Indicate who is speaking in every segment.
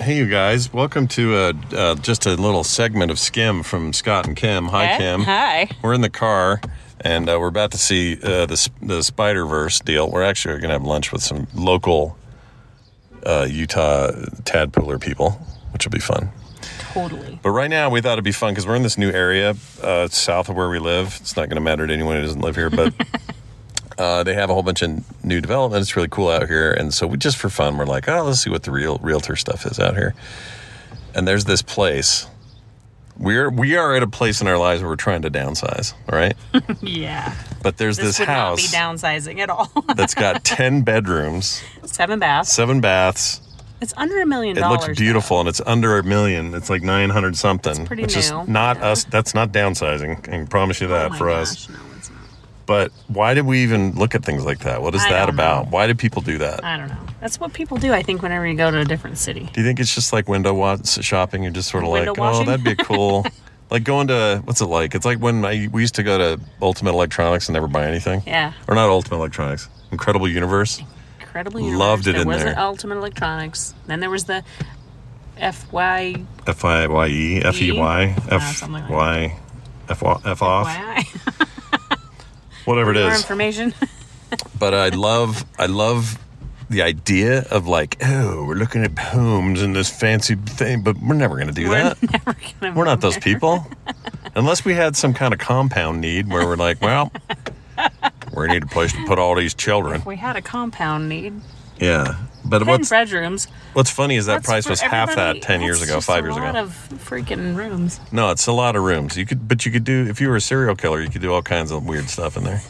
Speaker 1: Hey, you guys! Welcome to a, uh, just a little segment of Skim from Scott and Kim. Hi,
Speaker 2: Hey,
Speaker 1: Kim.
Speaker 2: hi.
Speaker 1: We're in the car, and uh, we're about to see uh, the sp- the Spider Verse deal. We're actually going to have lunch with some local uh, Utah tadpooler people, which will be fun.
Speaker 2: Totally.
Speaker 1: But right now, we thought it'd be fun because we're in this new area uh, south of where we live. It's not going to matter to anyone who doesn't live here, but uh, they have a whole bunch of new development. It's really cool out here, and so we just for fun, we're like, oh, let's see what the real realtor stuff is out here. And there's this place. We're we are at a place in our lives where we're trying to downsize, all right?
Speaker 2: Yeah.
Speaker 1: But there's this,
Speaker 2: would
Speaker 1: house
Speaker 2: not be downsizing at all.
Speaker 1: that's got ten bedrooms,
Speaker 2: Seven baths.
Speaker 1: seven baths.
Speaker 2: It's under a million
Speaker 1: It
Speaker 2: dollars.
Speaker 1: looks
Speaker 2: though.
Speaker 1: beautiful, and it's under a million. It's like nine hundred something,
Speaker 2: pretty
Speaker 1: which is
Speaker 2: new,
Speaker 1: not
Speaker 2: yeah.
Speaker 1: us. That's not downsizing. I can promise you that
Speaker 2: Oh my
Speaker 1: for
Speaker 2: gosh,
Speaker 1: us.
Speaker 2: No, it's not.
Speaker 1: But why did we even look at things like that? What is
Speaker 2: I
Speaker 1: that
Speaker 2: don't
Speaker 1: about?
Speaker 2: know.
Speaker 1: Why do people do that?
Speaker 2: I don't know. That's what people do, I think, whenever you go to a different city.
Speaker 1: do you think it's just like window wa- shopping? You're just sort of
Speaker 2: Window
Speaker 1: like,
Speaker 2: washing?
Speaker 1: oh, that'd be a cool. like going to what's it like? It's like when I we used to go to Ultimate Electronics and never buy anything.
Speaker 2: Yeah.
Speaker 1: Or not Ultimate Electronics. Incredible Universe.
Speaker 2: Incredibly
Speaker 1: Loved it
Speaker 2: there
Speaker 1: in
Speaker 2: was
Speaker 1: there.
Speaker 2: an Ultimate Electronics. Then there was the FY.
Speaker 1: F I Y E F E Y
Speaker 2: Uh,
Speaker 1: F
Speaker 2: something like
Speaker 1: Y F F off.
Speaker 2: Why?
Speaker 1: Whatever it
Speaker 2: More
Speaker 1: is.
Speaker 2: information.
Speaker 1: but I love I love the idea of like, oh, we're looking at homes and this fancy thing, but we're never going to do that.
Speaker 2: Never gonna
Speaker 1: we're not those people, unless we had some kind of compound need where we're like, well, we need a place to put all these children.
Speaker 2: We had a compound need.
Speaker 1: Yeah, but
Speaker 2: Ten
Speaker 1: what's
Speaker 2: bedrooms.
Speaker 1: what's funny is that
Speaker 2: That's
Speaker 1: price
Speaker 2: for
Speaker 1: was half
Speaker 2: everybody.
Speaker 1: that ten years
Speaker 2: That's
Speaker 1: ago,
Speaker 2: just
Speaker 1: five
Speaker 2: a
Speaker 1: years
Speaker 2: lot
Speaker 1: ago.
Speaker 2: of freaking rooms.
Speaker 1: no, it's a lot of rooms. You could, but you could do if you were a serial killer, you could do all kinds of weird stuff in there.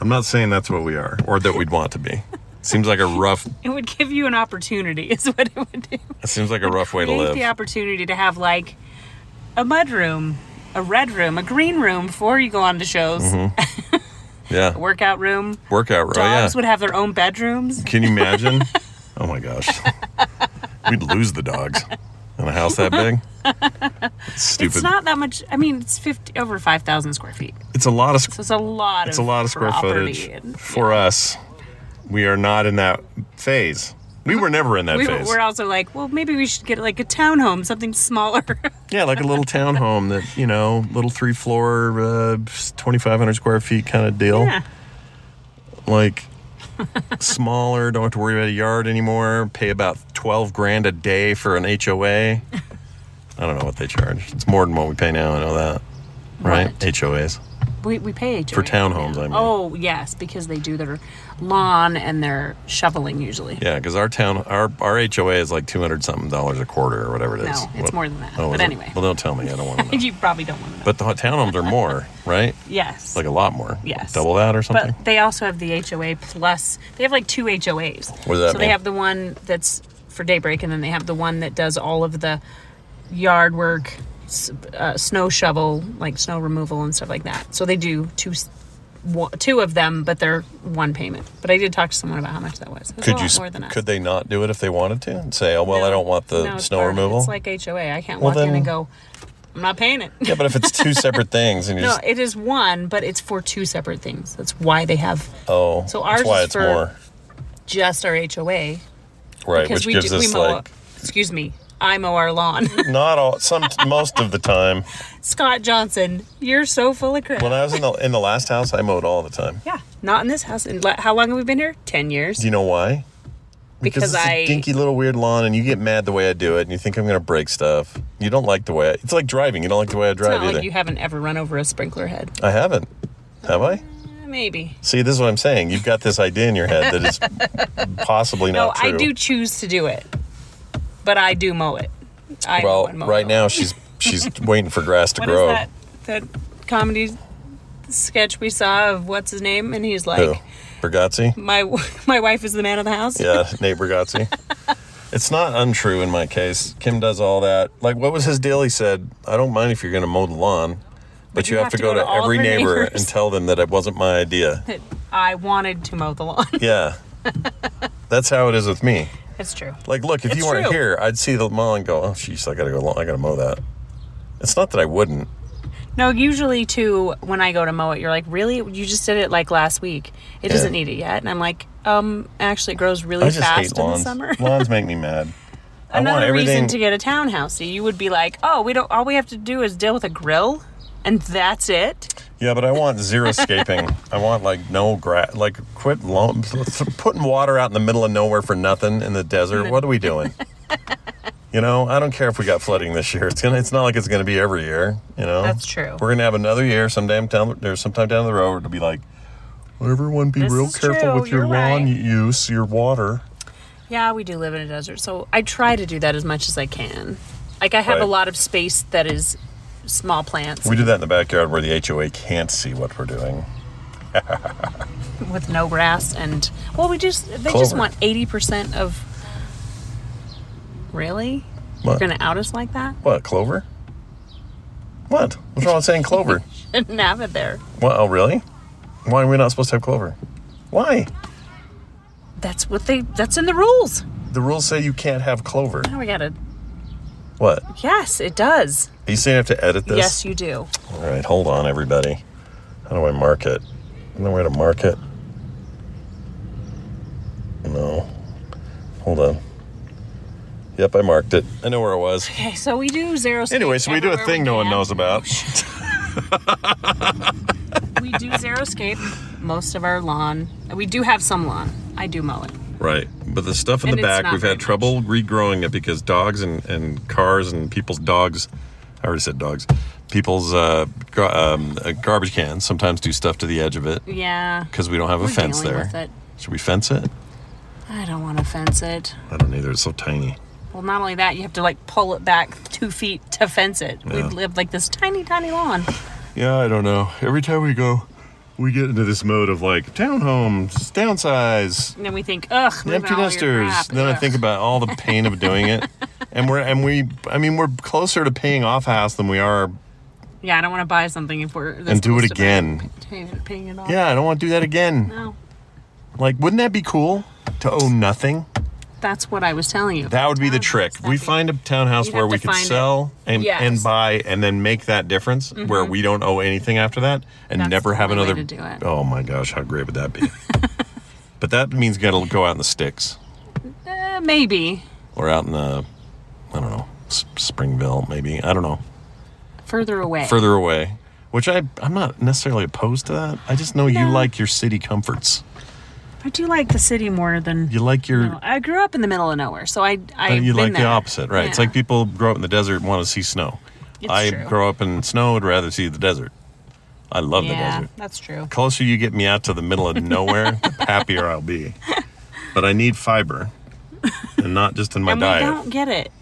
Speaker 1: I'm not saying that's what we are or that we'd want to be. Seems like a rough
Speaker 2: It would give you an opportunity, is what it would do.
Speaker 1: That seems like a rough way to
Speaker 2: create
Speaker 1: live.
Speaker 2: the opportunity to have like a mud room, a red room, a green room before you go on to shows,
Speaker 1: yeah.
Speaker 2: a workout room.
Speaker 1: Workout row. Mm-hmm. Oh, Yeah.
Speaker 2: Dogs would have their own bedrooms.
Speaker 1: Can you imagine? oh my gosh. We'd lose the dogs in a house that big. It's stupid.
Speaker 2: It's not that much. I mean, it's fifty over five thousand square feet,
Speaker 1: It's a lot of squ-
Speaker 2: so it's a lot.
Speaker 1: it's a
Speaker 2: of
Speaker 1: lot of square
Speaker 2: property
Speaker 1: footage
Speaker 2: and-
Speaker 1: for us. We are not in that phase. We were never in that
Speaker 2: we,
Speaker 1: phase.
Speaker 2: we're also like, well, maybe we should get like a townhome, something smaller.
Speaker 1: yeah, like a little townhome that you know, little three floor, uh, twenty five hundred square feet kind of deal.
Speaker 2: yeah,
Speaker 1: like smaller, don't have to worry about a yard anymore, pay about 12 grand a day for an HOA. I don't know what they charge. It's more than what we pay now, I know that. Right? HOAs.
Speaker 2: we, we pay HOA
Speaker 1: For townhomes,
Speaker 2: now.
Speaker 1: I mean.
Speaker 2: Oh yes, because they do their lawn and their shoveling usually.
Speaker 1: Yeah, because our town, our our HOA is like two hundred something dollars a quarter or whatever it is. Oh,
Speaker 2: No, it's more than that. But
Speaker 1: is it?
Speaker 2: anyway.
Speaker 1: well, don't tell me. I don't want to know.
Speaker 2: you probably don't want to know.
Speaker 1: But the townhomes are more, right?
Speaker 2: yes.
Speaker 1: Like a lot more.
Speaker 2: Yes.
Speaker 1: Double that or something.
Speaker 2: But they also have the HOA plus. They have like two HOAs.
Speaker 1: What does that
Speaker 2: so they
Speaker 1: mean?
Speaker 2: have the one that's for daybreak, and then they have the one that does all of the yard work, s- uh, snow shovel, like snow removal and stuff like that. So they do two, s- wa- two of them, but they're one payment. But I did talk to someone about how much that was. It was a
Speaker 1: could
Speaker 2: lot
Speaker 1: you? s-
Speaker 2: more than us.
Speaker 1: Could they not do it if they wanted to and say, "Oh well, I don't want the
Speaker 2: No, it's
Speaker 1: snow
Speaker 2: part-
Speaker 1: removal"?
Speaker 2: It's like HOA. I can't
Speaker 1: Well,
Speaker 2: walk in
Speaker 1: then-
Speaker 2: and go. I'm not paying it.
Speaker 1: yeah, but if it's two separate things and you
Speaker 2: No,
Speaker 1: just
Speaker 2: it is one, but it's for two separate things. That's why they have
Speaker 1: oh,
Speaker 2: so
Speaker 1: that's
Speaker 2: ours
Speaker 1: why
Speaker 2: is
Speaker 1: it's
Speaker 2: for-
Speaker 1: more
Speaker 2: just our HOA
Speaker 1: right,
Speaker 2: because
Speaker 1: which
Speaker 2: we
Speaker 1: gives
Speaker 2: do, we
Speaker 1: us
Speaker 2: mow.
Speaker 1: like
Speaker 2: excuse me, I mow our lawn.
Speaker 1: not all some most of the time.
Speaker 2: Scott Johnson, you're so full of crap.
Speaker 1: When I was in the in the last house, I mowed all the time.
Speaker 2: yeah, not in this house. And le- how long have we been here? Ten years.
Speaker 1: Do you know why?
Speaker 2: because
Speaker 1: it's a
Speaker 2: I
Speaker 1: dinky little weird lawn, and you get mad the way I do it, and you think I'm gonna break stuff. You don't like the way I, it's like driving. You don't like the way I
Speaker 2: it's
Speaker 1: drive
Speaker 2: not
Speaker 1: either.
Speaker 2: like you haven't ever run over a sprinkler head.
Speaker 1: I haven't, have I?
Speaker 2: Eh, Maybe.
Speaker 1: See, this is what I'm saying. You've got this idea in your head that is possibly
Speaker 2: No,
Speaker 1: not true.
Speaker 2: I do choose to do it, but I do mow it. I mow
Speaker 1: Well,
Speaker 2: and mow
Speaker 1: right
Speaker 2: and mow.
Speaker 1: now she's she's waiting for grass to
Speaker 2: What is
Speaker 1: grow.
Speaker 2: that that comedy sketch we saw of what's his name? And he's like,
Speaker 1: Who? Bergazzi?
Speaker 2: my my wife is the man of the house.
Speaker 1: Yeah, Nate Bergazzi. it's not untrue in my case. Kim does all that. Like, what was his deal? He said, "I don't mind if you're gonna mow the lawn." But, you, have, to go to,
Speaker 2: all of
Speaker 1: every
Speaker 2: her
Speaker 1: neighbor
Speaker 2: neighbors."
Speaker 1: and tell them that it wasn't my idea.
Speaker 2: That I wanted to mow the lawn.
Speaker 1: Yeah. That's how it is with me.
Speaker 2: That's true.
Speaker 1: Like, look, if
Speaker 2: It's
Speaker 1: you weren't
Speaker 2: true.
Speaker 1: here, I'd see the mall and go, oh, jeez, I gotta go, lo- I gotta mow that. It's not that I wouldn't.
Speaker 2: No, usually too when I go to mow it, you're like, really? You just did it like last week. It doesn't need it yet, and I'm like, um, actually, it grows really
Speaker 1: I just
Speaker 2: fast
Speaker 1: hate
Speaker 2: in the
Speaker 1: lawns.
Speaker 2: summer.
Speaker 1: lawns make me mad. I want
Speaker 2: Another
Speaker 1: everything.
Speaker 2: reason to get a townhouse, you would be like, oh, we don't. All we have to do is deal with a grill, and that's it.
Speaker 1: yeah, but I want zero escaping. I want like no grass. Like, quit lawn- putting water out in the middle of nowhere for nothing in the desert. What are we doing? You know, I don't care if we got flooding this year. It's gonna. It's not like it's gonna be every year. You know,
Speaker 2: That's true.
Speaker 1: We're gonna have another year someday. Down there's sometime down the road, it'll be like, everyone be
Speaker 2: This
Speaker 1: real
Speaker 2: is
Speaker 1: careful
Speaker 2: true,
Speaker 1: with your
Speaker 2: you're
Speaker 1: lawn
Speaker 2: right."
Speaker 1: use, your water.
Speaker 2: Yeah, we do live in a desert, so I try to do that as much as I can. Like I have a
Speaker 1: Right.
Speaker 2: lot of space that is small plants
Speaker 1: We do that in the backyard where the HOA can't see what we're doing.
Speaker 2: with no grass and well, we just they just
Speaker 1: Clover.
Speaker 2: want eighty percent of. Really,
Speaker 1: What?
Speaker 2: you're gonna out us like that?
Speaker 1: What clover? What? What's wrong with saying clover?
Speaker 2: Shouldn't have it there.
Speaker 1: what? Oh, really? Why are we not supposed to have clover? Why?
Speaker 2: That's what they. That's in the rules.
Speaker 1: The rules say you can't have clover.
Speaker 2: Now we gotta.
Speaker 1: What?
Speaker 2: Yes, it does.
Speaker 1: Are you saying I have to edit this?
Speaker 2: Yes, you do.
Speaker 1: All right, hold on, everybody. How do I mark it? I know where to mark it. No. Hold on. Yep, I marked it. I know where it was.
Speaker 2: Okay, so we do zero. Space
Speaker 1: Anyway, so we do a
Speaker 2: everywhere
Speaker 1: thing
Speaker 2: we
Speaker 1: no one
Speaker 2: can.
Speaker 1: knows about.
Speaker 2: We do zero scape most of our lawn. We do have some lawn. I do mow it.
Speaker 1: Right. But the stuff in
Speaker 2: And
Speaker 1: the
Speaker 2: it's
Speaker 1: back,
Speaker 2: not
Speaker 1: we've
Speaker 2: very
Speaker 1: had
Speaker 2: much.
Speaker 1: trouble regrowing it because dogs and, and cars and people's dogs, I already said dogs, people's uh, gar- um, uh, garbage cans sometimes do stuff to the edge of it
Speaker 2: Yeah.
Speaker 1: because we don't have a
Speaker 2: We're
Speaker 1: fence
Speaker 2: dealing
Speaker 1: there.
Speaker 2: with it.
Speaker 1: Should we fence it?
Speaker 2: I don't want to fence it.
Speaker 1: I don't either. It's so tiny.
Speaker 2: Well, not only that, you have to like pull it back two feet to fence it. We
Speaker 1: Yeah.
Speaker 2: live like this tiny, tiny lawn.
Speaker 1: Yeah, I don't know. Every time we go, we get into this mode of like townhomes, downsize,
Speaker 2: And then we think, ugh, move
Speaker 1: empty
Speaker 2: all your
Speaker 1: nesters.
Speaker 2: crap.
Speaker 1: Then I
Speaker 2: Ugh.
Speaker 1: think about all the pain of doing it, and we're and we. I mean, we're closer to paying off house than we are
Speaker 2: yeah, I don't want to buy something if we're this
Speaker 1: and do it
Speaker 2: close to buying-
Speaker 1: again.
Speaker 2: paying- paying it off.
Speaker 1: Yeah, I don't want to do that again.
Speaker 2: No,
Speaker 1: Like, wouldn't that be cool to own nothing?
Speaker 2: that's what I was telling you. Ah,
Speaker 1: That would be the
Speaker 2: Townhouse,
Speaker 1: trick.
Speaker 2: that'd
Speaker 1: We
Speaker 2: be-
Speaker 1: find a townhouse
Speaker 2: You'd
Speaker 1: where
Speaker 2: have
Speaker 1: we
Speaker 2: to
Speaker 1: could
Speaker 2: find it.
Speaker 1: sell and,
Speaker 2: Yes. Mm-hmm.
Speaker 1: and buy and then make that difference where we don't owe anything after that and
Speaker 2: That's
Speaker 1: never
Speaker 2: the
Speaker 1: have
Speaker 2: only way
Speaker 1: another.
Speaker 2: to do it.
Speaker 1: Oh my gosh, how great would that be? but that means you got to go out in the sticks
Speaker 2: Eh, maybe
Speaker 1: or out in the, I don't know, S- Springville maybe. I don't know.
Speaker 2: further away.
Speaker 1: Further away, which I, I'm not necessarily opposed to that. I just know you
Speaker 2: No.
Speaker 1: like your city comforts.
Speaker 2: I do like the city more than.
Speaker 1: You like your.
Speaker 2: No, I grew up in the middle of nowhere, so I I.
Speaker 1: But you like
Speaker 2: there.
Speaker 1: the opposite, right? It's
Speaker 2: Yeah.
Speaker 1: like people grow up in the desert and want to see snow.
Speaker 2: It's
Speaker 1: I
Speaker 2: true.
Speaker 1: grow up in snow, would rather see the desert. I love the
Speaker 2: yeah,
Speaker 1: desert.
Speaker 2: that's true.
Speaker 1: Closer you get me out to the middle of nowhere, the happier I'll be. But I need fiber, and not just in my
Speaker 2: and
Speaker 1: diet.
Speaker 2: we don't get it.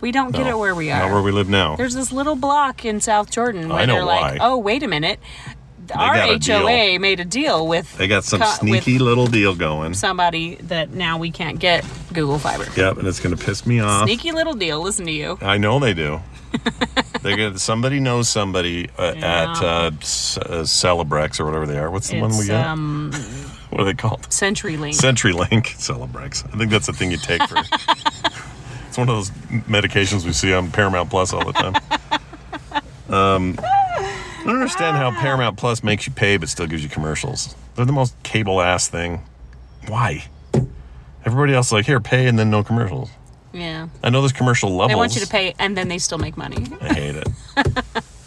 Speaker 2: We don't get
Speaker 1: No,
Speaker 2: it where we are.
Speaker 1: Not where we live now.
Speaker 2: There's this little block in South Jordan where
Speaker 1: I know
Speaker 2: they're
Speaker 1: why.
Speaker 2: like, "Oh, wait a minute, our
Speaker 1: got a
Speaker 2: HOA made a deal with
Speaker 1: they got some
Speaker 2: co- with
Speaker 1: sneaky little deal going.
Speaker 2: somebody that now we can't get Google Fiber.
Speaker 1: Yep, and it's going to piss me off.
Speaker 2: Sneaky little deal. Listen to you.
Speaker 1: I know they do. they got somebody knows somebody uh, at
Speaker 2: Yeah.
Speaker 1: uh, C- uh, Celebrex or whatever they are. What's the one we
Speaker 2: It's
Speaker 1: got?
Speaker 2: um,
Speaker 1: what are they called?
Speaker 2: CenturyLink.
Speaker 1: CenturyLink Celebrex. I think that's the thing you take for. it's one of those medications we see on Paramount Plus all the time. Um, I don't understand how Paramount Plus makes you pay but still gives you commercials. They're the most cable ass thing. Why? Everybody else is like here pay and then no commercials.
Speaker 2: yeah,
Speaker 1: I know there's commercial levels.
Speaker 2: they want you to pay, and then they still make money.
Speaker 1: I hate it.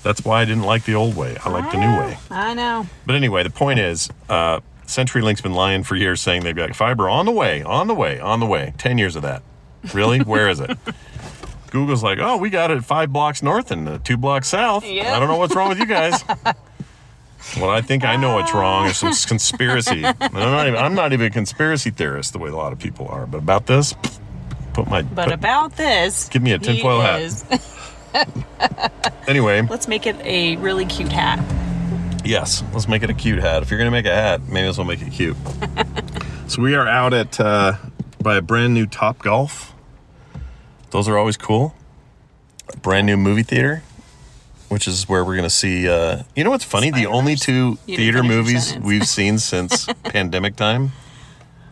Speaker 1: That's why I didn't like the old way. I like the new way.
Speaker 2: I know.
Speaker 1: But anyway, the point is, uh, CenturyLink's been lying for years, saying they've got fiber on the way, on the way, on the way. Ten years of that. Really? Where is it? Google's like, oh, we got it five blocks north and uh, two blocks south.
Speaker 2: Yeah.
Speaker 1: I don't know what's wrong with you guys. well, I think I know what's wrong. There's some conspiracy. And I'm not even. I'm not even a conspiracy theorist the way a lot of people are. But about this, put my.
Speaker 2: But about this,
Speaker 1: Give me a
Speaker 2: he
Speaker 1: tinfoil hat.
Speaker 2: is-
Speaker 1: anyway.
Speaker 2: Let's make it a really cute hat.
Speaker 1: Yes, let's make it a cute hat. If you're gonna make a hat, maybe as well make it cute. so we are out at uh, by a brand new Top Golf. Those are always cool. A brand new movie theater, which is where we're gonna see. Uh, you know what's funny? The only two
Speaker 2: You didn't
Speaker 1: theater
Speaker 2: finish your
Speaker 1: movies
Speaker 2: sentence.
Speaker 1: we've seen since pandemic time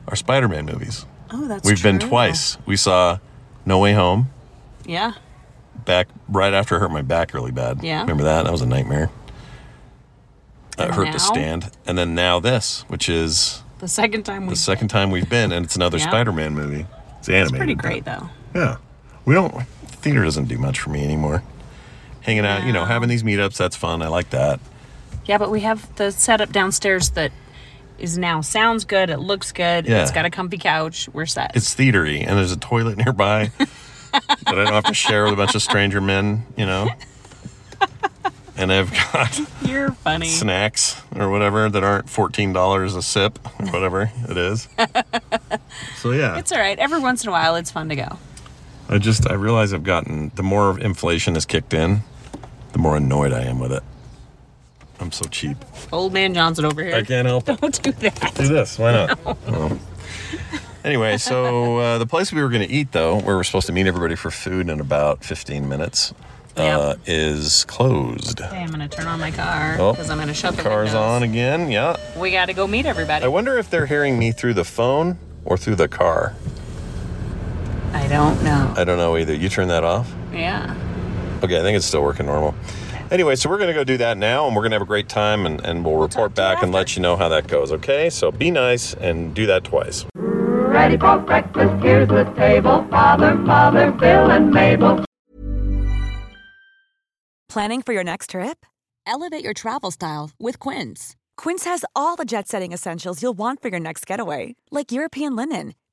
Speaker 1: are Spider-Man movies.
Speaker 2: Oh, that's
Speaker 1: we've been
Speaker 2: true.
Speaker 1: twice. We saw No Way Home
Speaker 2: Yeah.
Speaker 1: back right after I hurt my back really bad.
Speaker 2: Yeah.
Speaker 1: Remember that? That was a nightmare. That
Speaker 2: And
Speaker 1: hurt
Speaker 2: now?
Speaker 1: to stand. And then now this, which is
Speaker 2: The second time we.
Speaker 1: the second time we've been, and it's another
Speaker 2: Yeah.
Speaker 1: Spider Man movie. It's animated.
Speaker 2: It's pretty great though.
Speaker 1: Yeah. We don't, theater doesn't do much for me anymore. Hanging out, you know, having these meetups, that's fun. I like that.
Speaker 2: Yeah, but we have the setup downstairs that is now sounds good. It looks good.
Speaker 1: Yeah.
Speaker 2: It's got a comfy couch. We're set.
Speaker 1: It's theatery, and there's a toilet nearby that I don't have to share with a bunch of stranger men, you know. And I've got
Speaker 2: You're funny.
Speaker 1: snacks or whatever that aren't fourteen dollars a sip or whatever it is. so yeah,
Speaker 2: It's all right. Every once in a while, it's fun to go.
Speaker 1: I just I realize I've gotten the more inflation has kicked in, the more annoyed I am with it. I'm so cheap.
Speaker 2: Old man Johnson over here.
Speaker 1: I can't help it.
Speaker 2: Don't do that.
Speaker 1: Do this? Why not? Well, Anyway, so uh, the place we were going to eat though, where we're supposed to meet everybody for food in about fifteen minutes, uh, is closed.
Speaker 2: Okay, I'm gonna turn on my car
Speaker 1: Oh,
Speaker 2: because I'm gonna shut the
Speaker 1: Cars
Speaker 2: windows.
Speaker 1: on Oh. again. Yeah.
Speaker 2: We gotta go meet everybody.
Speaker 1: I wonder if they're hearing me through the phone or through the car.
Speaker 2: I don't know.
Speaker 1: I don't know either. You turn that off?
Speaker 2: yeah.
Speaker 1: Okay, I think it's still working normal. Anyway, so we're going to go do that now and we're going to have a great time and, and we'll report back and let you know how that goes, okay? So be nice and do that twice.
Speaker 3: Ready for breakfast, here's the table. Father, Mother, Bill, and Mabel.
Speaker 4: Planning for your next trip?
Speaker 5: Elevate your travel style with Quince.
Speaker 4: Quince has all the jet setting essentials you'll want for your next getaway, like European linen,